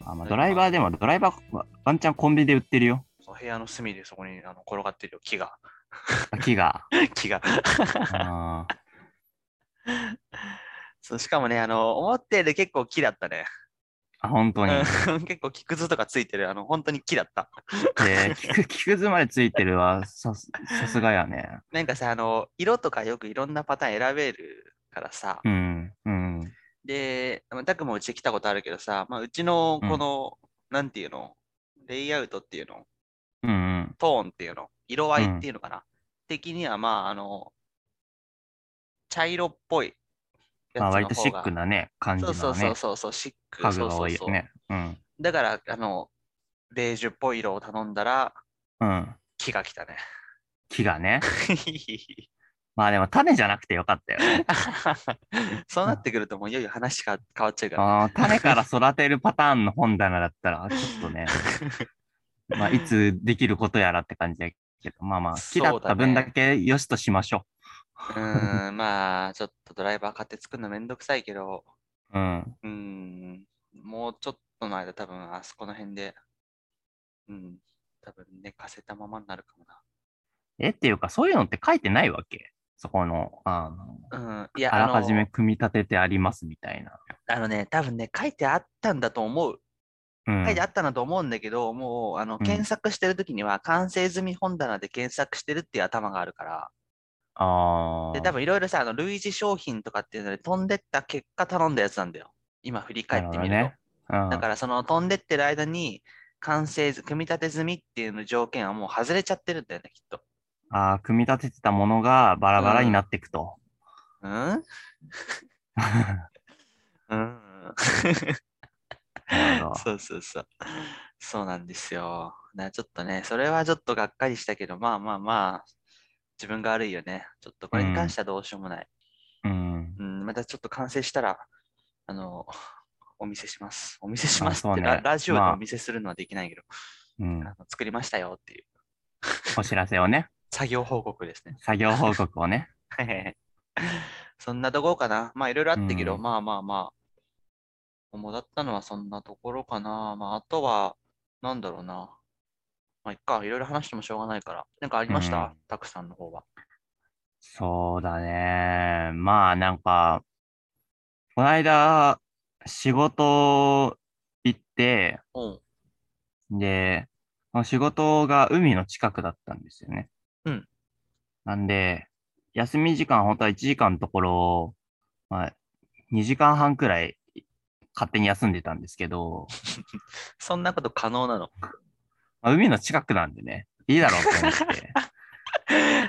A: あまあ、ドライバーでも、ドライバーはワンチャンコンビニで売ってるよ。
B: その部屋の隅でそこにあの転がってるよ、木が。
A: 木が。
B: 木が。
A: あー
B: そうしかもね、あの、思ったより結構木だったね。
A: あ、本当に。
B: うん 結構木くずとかついてる、あの、本当に木だった。
A: で、木く木くずまでついてるは、さすさすがやね。
B: なんかさ、あの、色とかよくいろんなパターン選べるからさ、
A: うん。うん。
B: で、まあタクもうち来たことあるけどさ、まあ、うちの
A: うん
B: この、なんていうの、レイアウトっていうの、
A: うんうん。
B: トーンっていうの、色合
A: うん
B: いっていうのかな、的にはまあ、あの、茶色っぽいやつの方が。
A: まあ、割とシックなね、感じ
B: そ
A: の
B: うそうそ
A: ね
B: う、そうそう、シック。
A: 家具が多い
B: そ
A: よ
B: うそうそう
A: ね。うん。
B: だから、あの、ベージュっぽい色を頼んだら、
A: うん。
B: 木が来たね。
A: 木がね。まあでも種じゃなくてよかった よね。
B: そうなってくると、もういよいよ話が変わっちゃうから。
A: あー種から育てるパターンの本棚だったら、ちょっ とね、まあいつできることやらって感じだけど、まあまあ、木だった分だけ良しとしましょ
B: うーん、まあ、ちょっとドライバー買って作るのめんどくさいけど、
A: う。うん。
B: うーん、もうちょっとの間、多分あそこの辺で、うん、多分寝かせたままになるかも
A: え、っていうか、そういうのって書いてないわけそこの、あの、
B: な。うん、いや、
A: あ
B: あ
A: らかじめ
B: の、
A: 組み立ててありますみたいな。
B: あのね、多分ね、書いてあったんだと思う。
A: うん
B: 書いてあったなと思うんだけど、もう、あ
A: う
B: の、
A: ん
B: 検索してるときには、完成済み本棚で検索してるっていう頭があるから、
A: あ
B: で、
A: ー
B: 多分いろいろさ、あの、類似商品とかっていうので飛んでった結果頼んだやつなんだよ。今振り返ってみると。
A: なるほどねうん、
B: だからその飛んでってる間に完成図、組み立て済みっていうの条件はもう外れちゃってるんだよね、きっと。
A: あー組み立ててたものがバラバラになっていくと。
B: うんうん。
A: なるほど
B: そうそうそう。そうなんですよ。だからちょっとね、それはちょっとがっかりしたけど、まあまあまあ、自分が悪いよね。ちょっとこれに関してはどうしようもない。
A: うん。
B: うん、またちょっと完成したら、あの、お見せします。お見せしますって、
A: あそうね
B: ララジオで
A: まあ
B: お見せするのはできないけど、
A: うん
B: あ、の作りましたよっていう
A: お知らせをね、
B: 作業報告ですね。
A: 作業報告をね。
B: はいはいはいそんなところかな。まあいろいろあったけど、
A: うん
B: まあまあまあ。主だったのはそんなところかな。まああとは、なんだろうな。まあいっか、いろいろ話してもしょうがないから。なんかありました、
A: うん
B: たくさんの方は。
A: そうだね。まあなんか、この間、仕事行って、
B: うん。
A: で、その仕事が海の近くだったんですよね。
B: うん。
A: なんで、休み時間、本当は1時間のところを、まあ、2時間半くらい勝手に休んでたんですけど、
B: そんなこと可能なの。
A: まあ、海の近くなんでね、いいだろうと思って。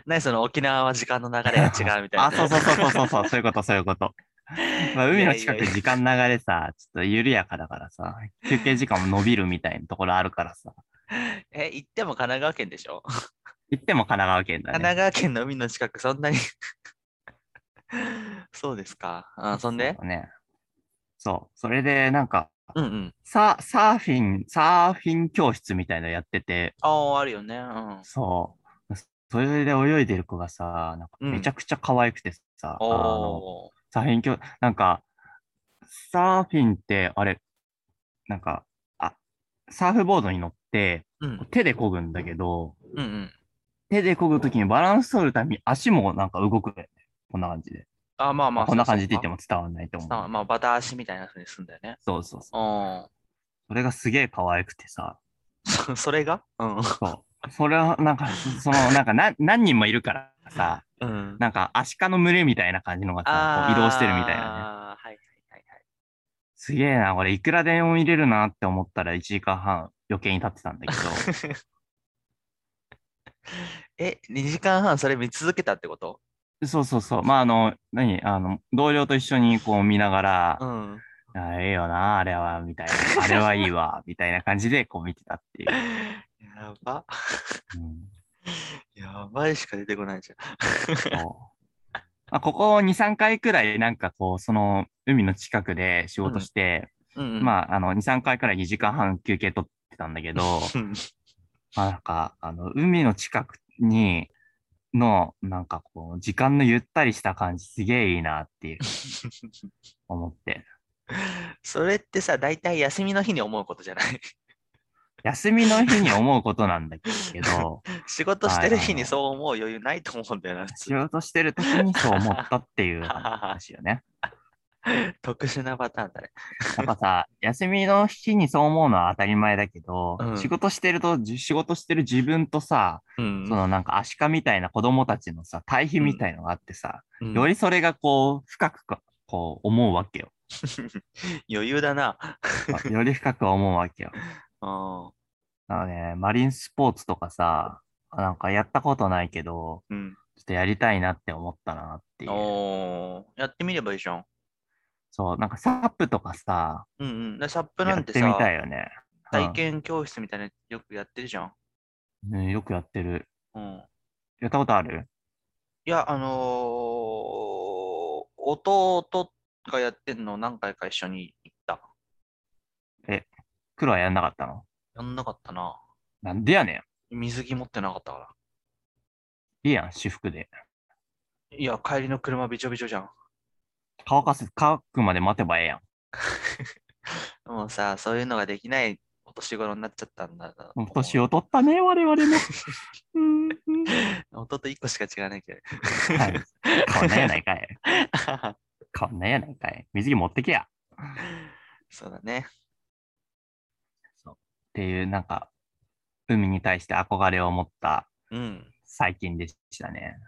B: 何その沖縄は時間の流 れが違う みたいな。
A: あ、そうそうそうそうそうそう、そういうこと、そういうこと。まあ、海の近
B: いや
A: く
B: いやいや
A: 時間流れさ、ちょっと緩やかだからさ、休憩時間も伸びるみたいなところあるからさ、
B: え、行っても神奈川県でしょ、
A: 行っても神奈川県
B: 神
A: だね。
B: 奈川県の海の近く、そんなに。そうですか。あそんで
A: そうね。そう、それでなんか、
B: うんうん。
A: ササーフィン、サーフィン教室みたいのやってて、
B: ああ、あるよね。うん。
A: そう、それで泳いでる子がさ、なんか
B: うん
A: めちゃくちゃ可愛くてさ、
B: お
A: あの
B: おー。
A: サーフィン教、なんか、サーフィンって、あれ、なんか、あ、サーフボードに乗って、
B: うん
A: 手で漕ぐんだけど、
B: うんうん。
A: 手で漕ぐときにバランス取るために足もなんか動くんだよね。こんな感じで。
B: あ、まあまあ。
A: こんな感じで言って
B: も
A: も伝わらないと思う。
B: まあ、バタ足みたいな風にすんだよね。
A: そうそうそう。
B: う
A: それがすげえ可愛くてさ。
B: ん。そ それがうん。
A: そう。それはなんか、その、なんか何何人もいるからさ、
B: うん。
A: なんかアシカの群れみたいな感じのがさ、こう移動してるみたいなね。
B: ああ、はいはい
A: すげえな、これいくらでも入れるなって思ったら1時間半余計に経ってたんだ けど。
B: はいはい。え、2時間半それ見続けたってこと
A: そうそうそう。まあ、あの、何あの、同僚と一緒にこう見ながら、
B: うん。
A: あええよな、あれは、みたいな。あれはいいわ、みたいな感じでこう見てたっていう。
B: やば。
A: うん
B: やばいしか出てこないじゃん。
A: そうまあ、ここ2、3回くらい、なんかこう、その海の近くで仕事して、
B: うんうん、
A: まあ、あの、2、3回くらい2時間半休憩取ってたんだけど、
B: うん
A: まあなんか、あの、海の近くに、の、なんかこう、時間のゆったりした感じ、すげえいいなっていう、思って。
B: それってさ、大体休みの日に思うことじゃない
A: 休みの日に思うことなんだけ ど、
B: 仕事して
A: はいは
B: る日
A: いはい
B: にそう思う余裕ないと思うんだよな、普
A: 仕
B: 通。
A: 事してる時にそう思ったっていう話よね。
B: 特殊なパターンだね。
A: やっぱさ、休みの日にそう思うのは当たり前だけど、
B: うん
A: 仕事してると、じ仕事してる自分とさ、
B: うん
A: そのなんかアシカみたいな子供たちのさ、対比みたいのがあってさ、
B: うん
A: よりそれがこう、深くかこう思うわ けよ。
B: 余裕だな。
A: より深く思うわけよ。
B: あ
A: あのね、マリンスポーツとかさ、なんかやったことないけど、
B: ーうん。
A: ちょっとやりたいなって思ったなっていう。
B: おーやってみればいいじゃん。
A: そう、なんかサップとかさ、
B: うんうん。でサップ
A: や
B: なん
A: っててみた
B: さ
A: い、よね。
B: 体験教室みたいなのよくやってるじゃん。
A: うん、ねよくやってる。
B: うん。
A: やったことある
B: いや、あのー弟がやってんの何回か一緒に行った。
A: 黒はやんなかったの
B: やんなかったな。
A: なんでやね
B: 水着持ってなかったか
A: ん。いいやん、私服で。
B: ら。いや、帰りの車びちょびちょじゃん。
A: 乾かす、乾くまで待てばええやん。
B: もうさ、そういうのができないお年頃になっちゃったんだな。
A: もう年を取ったね、我々も。うんうん
B: 弟1個しか違わないけど。
A: はい変わんないやないかい。変わんないやないかい。水着持ってけや。
B: そうだね。
A: っていう、なんか、海に対して憧れを持った
B: うん。
A: 最近でしたね。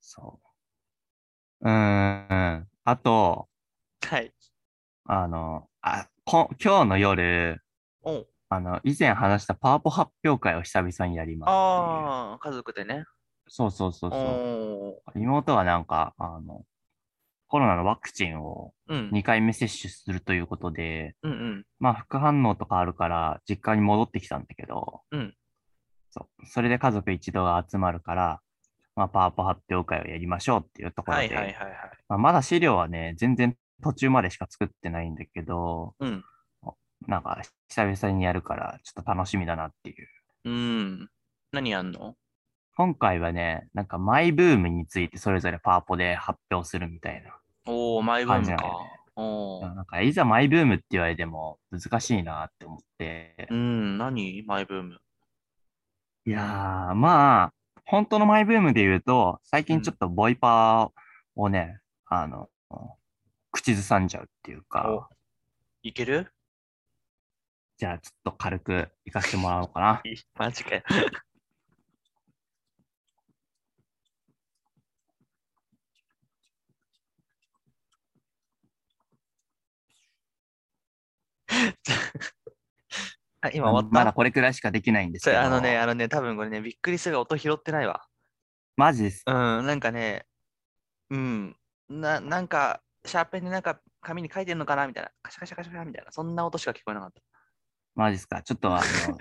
A: そう。うーん。あと、
B: はい。
A: あの、あ、こ今日の夜、
B: おう
A: あの、以前話したパワポ発表会を久々にやりますっていう。
B: ああ、家族でね。
A: そうそうそうそう。
B: お
A: 妹はなんか、あの、コロナのワクチンを
B: ーうん。
A: 2回目接種するということで、
B: うんうん。
A: まあ副反応とかあるから実家に戻ってきたんだけど、
B: うん
A: そうそれで家族一同が集まるから、まあ、パワポ発表会をやりましょうっていうところ
B: は
A: で、
B: いはいはいはい。
A: まあ、まだ資料はね、全然途中までしか作ってないんだけど、
B: うん。
A: なんか久々にやるからちょっと楽しみだなっていう。
B: うん。何やんの
A: 今回はね、なんかマイブームについてそれぞれパワポで発表するみたい
B: おお、マイブーム
A: 感じ
B: か
A: だよね。
B: お
A: な。
B: ー
A: なんかいざマイブームって言われても難しいなって思って
B: う、ん、何マイブーム。
A: いやー、まあ、本当のマイブームで言うと、最近ちょっとボイパーをね、あの、口ずさんじゃうっていうか
B: お、いける
A: じゃあちょっと軽く行かせてもらおうかな。
B: マジかよ。 あ今終わった
A: まだこれくらいしかできないんです
B: そ
A: け
B: れ
A: ど、
B: あのね、あのね、多分これね、びっくりするが音拾ってないわ。
A: マジです
B: う。ん、なんかね、うん、ななんか、シャーペンでなんか紙に書いてるのかなみたいな、カシャカシャカシャカシャみたいな、そんな音しか聞こえなかった。
A: マジですか。ちょっとあの、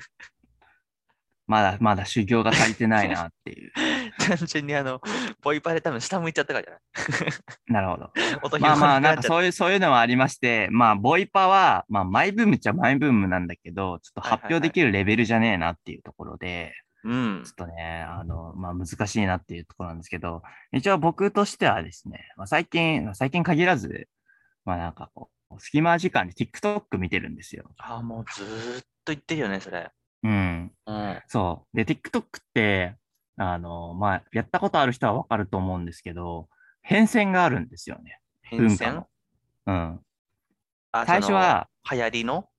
A: まだまだ修行が足りてないなっていう。
B: 単純にあの、ボイパで多分下向いちゃったからじゃない
A: なるほど。
B: 音拾
A: まあまあ、
B: わな
A: なんか
B: く
A: そ
B: っちゃっ
A: ういう、そういうのはありまして、まあ、ボイパは、まあ、マイブームっちゃマイブームなんだけど、ちょっと
B: はいはいはい
A: 発表できるレベルじゃねえなっていうところで、
B: たうん
A: ちょ。っとね、あの、まあ、難しいなっていうところなんですけど、一応僕としてはですね、まあ、最近、最近限らず、まあなんかこう、隙間時間で TikTok 見てるんですよ。
B: あー、もうずーっと言ってるよね、それ。
A: うん。
B: うん。
A: そう。で、TikTok って、あの、まあ、やったことある人はわかると思うんですけど、変遷があるんですよね。
B: 変
A: 文化
B: 遷
A: の。うん。
B: あ
A: 最初は、
B: その流行りの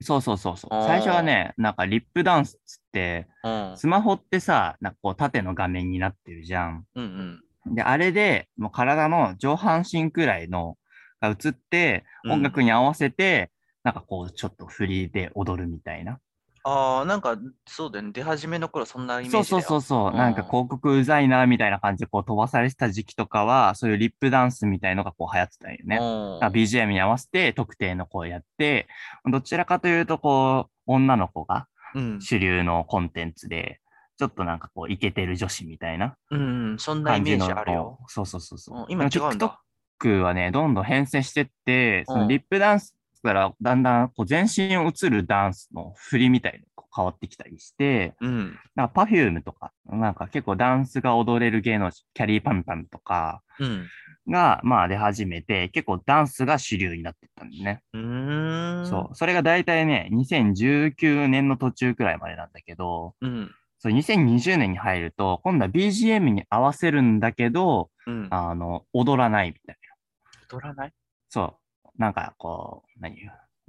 A: そうそうそうそう
B: あー。
A: 最初はね、なんかリップダンスっつって、
B: うん。
A: スマホってさ、なんかこう縦の画面になってるじゃん。
B: うんうん。
A: で、あれでもう体の上半身くらいのが映って、
B: うん
A: 音楽に合わせて、なんかこうちょっと振りで踊るみたいな。
B: ああ、なんか、そうだよね。出始めの頃、そんなイメージだ
A: そう
B: よ。
A: そうそうそう、
B: うん
A: なんか広告うざいなみたいな感じでこう飛ばされてた時期とかは、そういうリップダンスみたいのがこう流行ってたんよね。
B: うん。
A: あ BGM に合わせて特定の声やって、どちらかというと、こう、女の子が
B: うん。
A: 主流のコンテンツで、ちょっとなんかこう、イケてる女子みたいな
B: うん、そんなイ
A: 感
B: メ
A: じ
B: ー
A: の。
B: ジあるよ。。
A: こうそうそうそうそううん
B: 今違うんだ。
A: TikTok はね、どんどん変遷してって、そうの
B: ん
A: リップダンスからだんだんこう全身を映るダンスの振りみたいにこう変わってきたりして、
B: うん。
A: なんか Perfume とか、なんか結構ダンスが踊れる芸能人、キャリーパンパンとか
B: うん。
A: が、まあ出始めて、結構ダンスが主流になってったんでね。
B: うーん。
A: そう。それが大体ね、2019年の途中くらいまでなんだけど、
B: う。うん。
A: そう2020年に入ると、今度は BGM に合わせるんだけど、
B: うん。
A: あの、踊らないみたいな。
B: 取らない
A: そう。なんかこう、何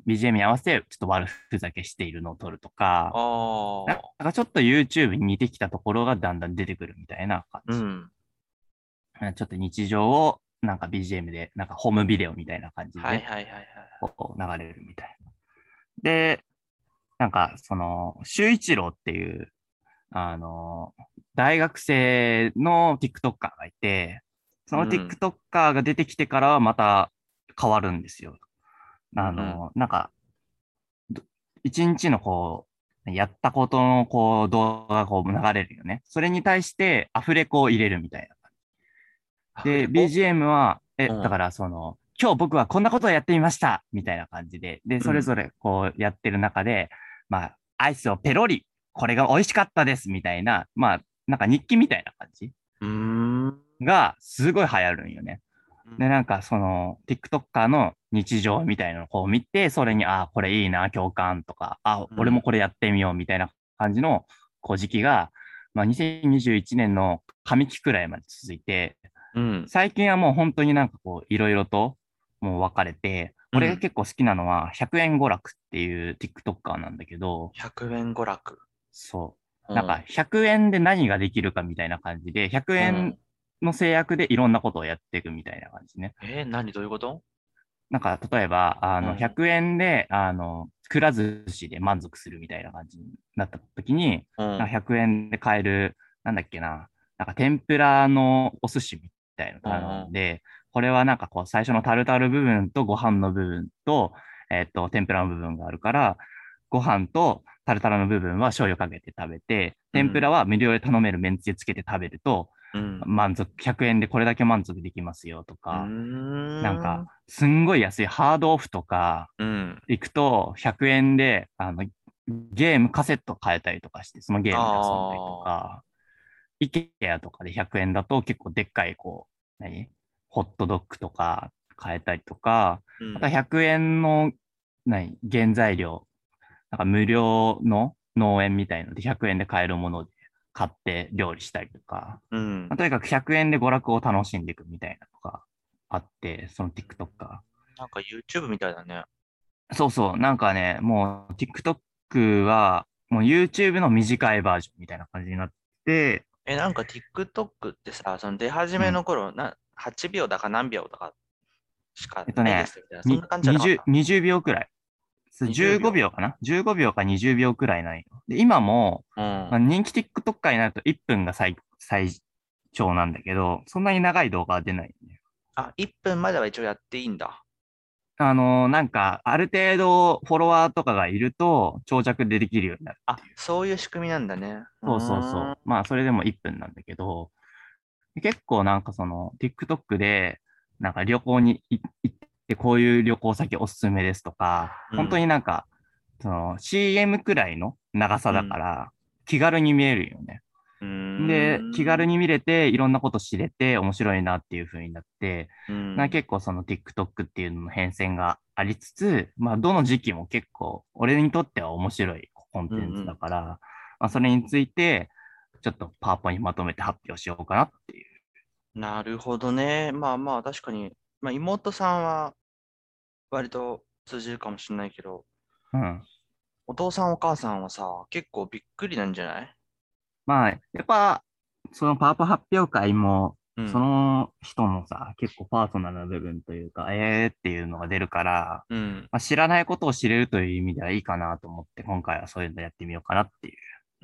A: ?BGM に合わせて、ちょっと悪ふざけしているのを撮るとか、
B: あ
A: なん
B: あ。
A: かちょっと YouTube に似てきたところがだんだん出てくるみたいな感
B: う
A: じ。
B: ん。
A: ちょっと日常を、なんか BGM で、なんかホームビデオみたいな感じで、
B: はいはいはいはい。
A: こう流れるみたいな。で、なんか、その、周一郎っていう、あの、大学生の TikToker がいて、その
B: うん
A: TikToker が出てきてからはまた変わるんですよ。あの、なんか、ど一日のこう、やったことのこう動画がこう流れるよね。それに対してアフレコを入れるみたいな。で、BGM は、え、
B: うん
A: だからその、今日僕はこんなことをやってみましたみたいな感じで、で、それぞれこうやってる中で、まあ、アイスをペロリ、これが美味しかったですみたいな、まあ、なんか日記みたいな感じ
B: うーん。
A: がすごい流行るんよね。で、なんかその、TikToker の日常みたいなのをこう見て、それに、ああ、これいいな、共感とか、あ
B: うん
A: 俺もこれやってみようみたいな感じの、こう時期が、まあ、2021年の上期くらいまで続いて、
B: うん。
A: 最近はもう本当になんかこういろいろともう分かれて、
B: うん
A: 俺が結構好きなのは100円娯楽っていう TikToker なんだけど、
B: 100円娯楽。
A: そう。なんか100円で何ができるかみたいな感じで、100
B: うん、
A: 円の制約でいろんなことをやっていくみたいな感じね。
B: えー、何どういうこと
A: なんか例えば、あ
B: う
A: の
B: ん
A: 100円で、あの、くら寿司で満足するみたいな感じになった時に、
B: うん。
A: なんか100円で買える、なんだっけな、なんか天ぷらのお寿司みたいなの頼んで、これはなんかこう最初のタルタル部分とご飯の部分と、えっと、天ぷらの部分があるから、ご飯とタルタルの部分は醤油かけて食べて、天ぷらは無料で頼めるめんつゆつけて食べると、
B: うん。
A: 満足、100円でこれだけ満足できますよとか、な
B: な
A: んか、すんごい安いハードオフとか、
B: うん。
A: 行くと100円であのゲームカセット買えたりとかしてそのゲームで遊んだりとか IKEA とかで100円だと結構でっかいこう何ホットドッグとか買えたりとか
B: うん
A: また100円の何原材料なんか無料の農園みたいので100円で買えるもので買って料理したりとか、
B: うん
A: まあとにかく100円で娯楽を楽しんでいくみたいなのがあってその TikTok が。
B: なんか YouTube みたいだね。
A: そうそう、なんかね、もう TikTok は、もう YouTube の短いバージョンみたいな感じになって、
B: え、なんか TikTok ってさ、その出始めの頃、な8秒だか何秒だかしか
A: えっとね
B: ないですみたいな。そん
A: に
B: な感じじゃなかっ
A: 20,
B: た。
A: 20秒くらい。そう
B: 20
A: 15秒かな ?15 秒か20秒くらいないよ。で、今も、まあ、
B: う
A: 人気 TikToker になると1分が最最長なんだけど、そんなに長い動画は出ないよね。
B: ん、あ、1分までは一応やっていいんだ。
A: あのーなんか、ある程度フォロワーとかがいると、長尺でできるようになる。
B: あ、そういう仕組みなんだね。
A: そうそうそう
B: ーん
A: う。。まあ、それでも1分なんだけど、結構なんかその TikTok で、なんか旅行にい行って、こういう旅行先おすすめですとか、
B: うん
A: 本当になんか、その CM くらいの長さだから、気軽に見えるよね。
B: うーん
A: で、気軽、に見れて、いろんなこと知れて、面白いなっていう風になって、
B: うん
A: なんか結構その TikTok っていうのの変遷がありつつ、まあ、どの時期も結構、俺にとっては面白いコンテンツだから、まあ、それについて、ちょっとパワーポにまとめて発表しようかなっていう。
B: なるほどね。まあまあ、確かに、まあ、妹さんは割と通じるかもしれないけど、
A: うん。
B: お父さんお母さんはさ、結構びっくりなんじゃない
A: まあ、やっぱ、そのパワーポ発表会も、
B: うん
A: その人のさ、結構パーソナルな部分というか、えーっていうのが出るから、
B: うん。
A: まあ、知らないことを知れるという意味ではいいかなと思って、今回はそういうのやってみようかなっていう。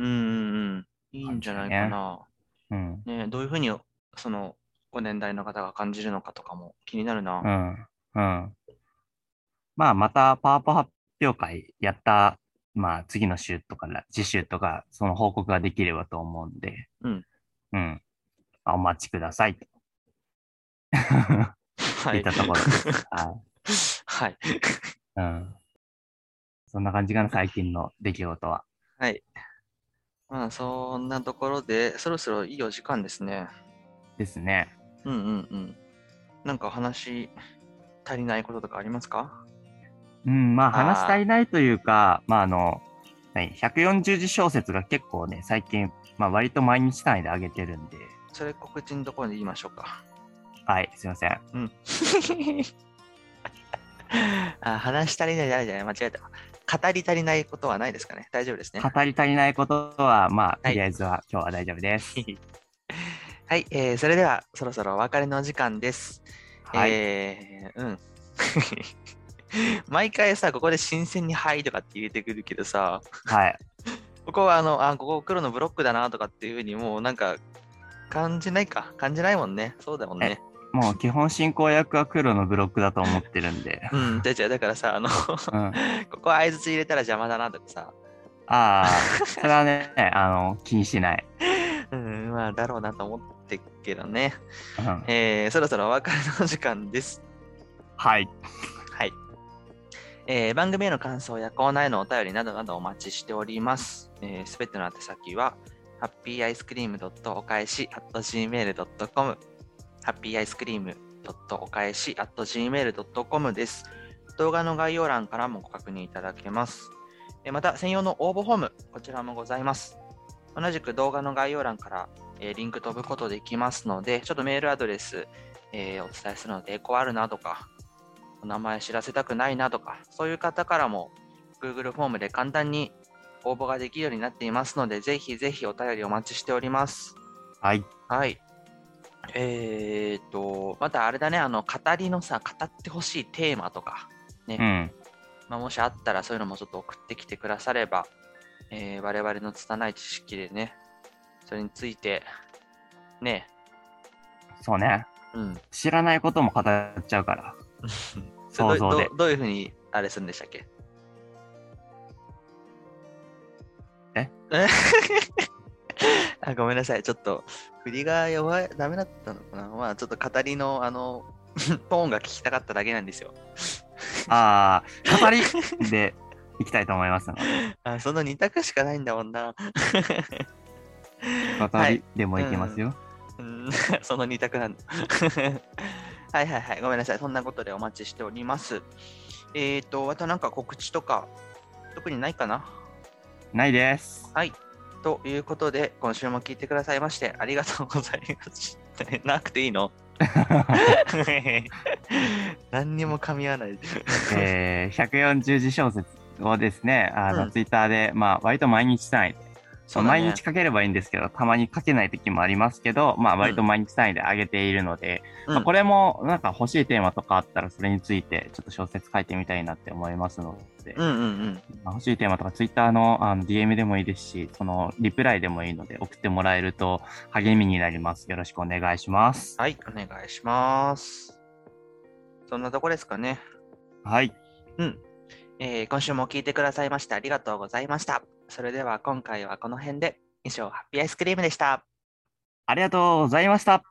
B: うんうんうん。いいんじゃないかな。
A: うん。
B: ねどういうふうに、その、ご年代の方が感じるのかとかも気になるな。
A: うん。うん。まあ、またパワーポ発表会やった、まあ、次の週とかな、次週とか、その報告ができればと思うんで、
B: うん。
A: うん。あお待ちくださいと。
B: は
A: 言っ
B: い
A: た。ところ です。はい。
B: はい。
A: うん。そんな感じかな、最近の出来事は。
B: まあ、そんなところで、そろそろいいお時間ですね。
A: ですね。
B: うんうんうん。なんか話、足りないこととかありますか
A: うん、まあ、
B: あー
A: 話したいないというか、まあ、あの、何140字小説が結構ね、最近、まあ、割と毎日単位で上げてるんで、
B: それ告知のところで言いましょうか。
A: はい、すいません。
B: うん。 あ話し足りないじゃないじゃない、間違えた。語り足りないことはないですかね。大丈夫ですね。
A: 語り足りないことは、まあ、
B: は
A: と
B: い
A: りあえずは今日は大丈夫 です。
B: はい、えーそれではそろそろお別れの時間です。
A: はい。
B: えーうん。 毎回さ、ここで新鮮にはいとかって入れてくるけどさ、
A: はい。
B: ここはあの、あ、ここ黒のブロックだなとかっていうふうにもうなんか感じないか、感じないもんね。そうだもんね。
A: もう、基本進行役は黒のブロックだと思ってるんで。
B: うん、じゃあじゃあだからさ、あの、 こ
A: うん。あ
B: こ相槌入れたら邪魔だなとかさ、
A: あ ー、それはね、あの、気にしない。
B: うん、まあだろうなと思ってっけどね。
A: うん。
B: えーそろそろお別れの時間です。
A: はい。
B: はい。えー番組への感想やコーナーへのお便りなどなどお待ちしております。す、え、べ、ての宛先は、ハッピーアイスクリームお返し .gmail.com、ハッピーアイスクリームお返し .gmail.com です。動画の概要欄からもご確認いただけます。えーまた、専用の応募フォーム、こちらもございます。同じく動画の概要欄から、えーリンク飛ぶことできますので、ちょっとメールアドレス、えーお伝えするので、エコあるなとか、お名前知らせたくないなとか、そういう方からも Google フォームで簡単に応募ができるようになっていますので、ぜひぜひお便りお待ちしております。
A: はい。
B: はい。えー、と、またあれだね、あの、語りのさ、語ってほしいテーマとか、
A: うん。
B: まあ、もしあったらそういうのもちょっと送ってきてくだされば、えー我々の拙い知識でね、それについて、ね、
A: そうね。
B: うん。
A: 知らないことも語っちゃう から。想像で
B: どどどういうふうにあれするんでしたっけ
A: え
B: あごめんなさい、ちょっと振りが弱い、ダメだったのかなまあちょっと語りのあの、 トーンが聞きたかっただけなんですよ。
A: ああ、語りでいきたいと思 いますので、
B: あその2択しかないんだもんな。
A: 語りでもいけますよ。
B: うん その2択なんだ。 はいはいはい、ごめんなさい。そんなことでお待ちしております。えっ、ー、と、あとなんか告知とか、特にないかな
A: ない です。
B: はい。ということで、今週も聞いてくださいまして、ありがとうございます。 なくていいの 何にも噛み合わない。
A: えー、140字小説をですね、あの、
B: うん
A: ツイッターで、まあ、割と毎日単位で、
B: そうだね
A: 毎日書ければいいんですけど、たまに書けない時もありますけど、まあ、割と毎日単位で上げているので、
B: うん
A: まあ、これも、なんか欲しいテーマとかあったら、それについて、ちょっと小説書いてみたいなって思いますので、
B: うんうんうん。
A: まあ欲しいテーマとか、ツイッターのあの DM でもいいですし、そのリプライでもいいので、送ってもらえると励みになります。よろしくお願いします。
B: はい、お願いします。そんなとこですかね。
A: はい。
B: えー今週も聞いてくださいましてありがとうございました。それでは今回はこの辺で、以上、ハッピーアイスクリームでした。
A: ありがとうございました。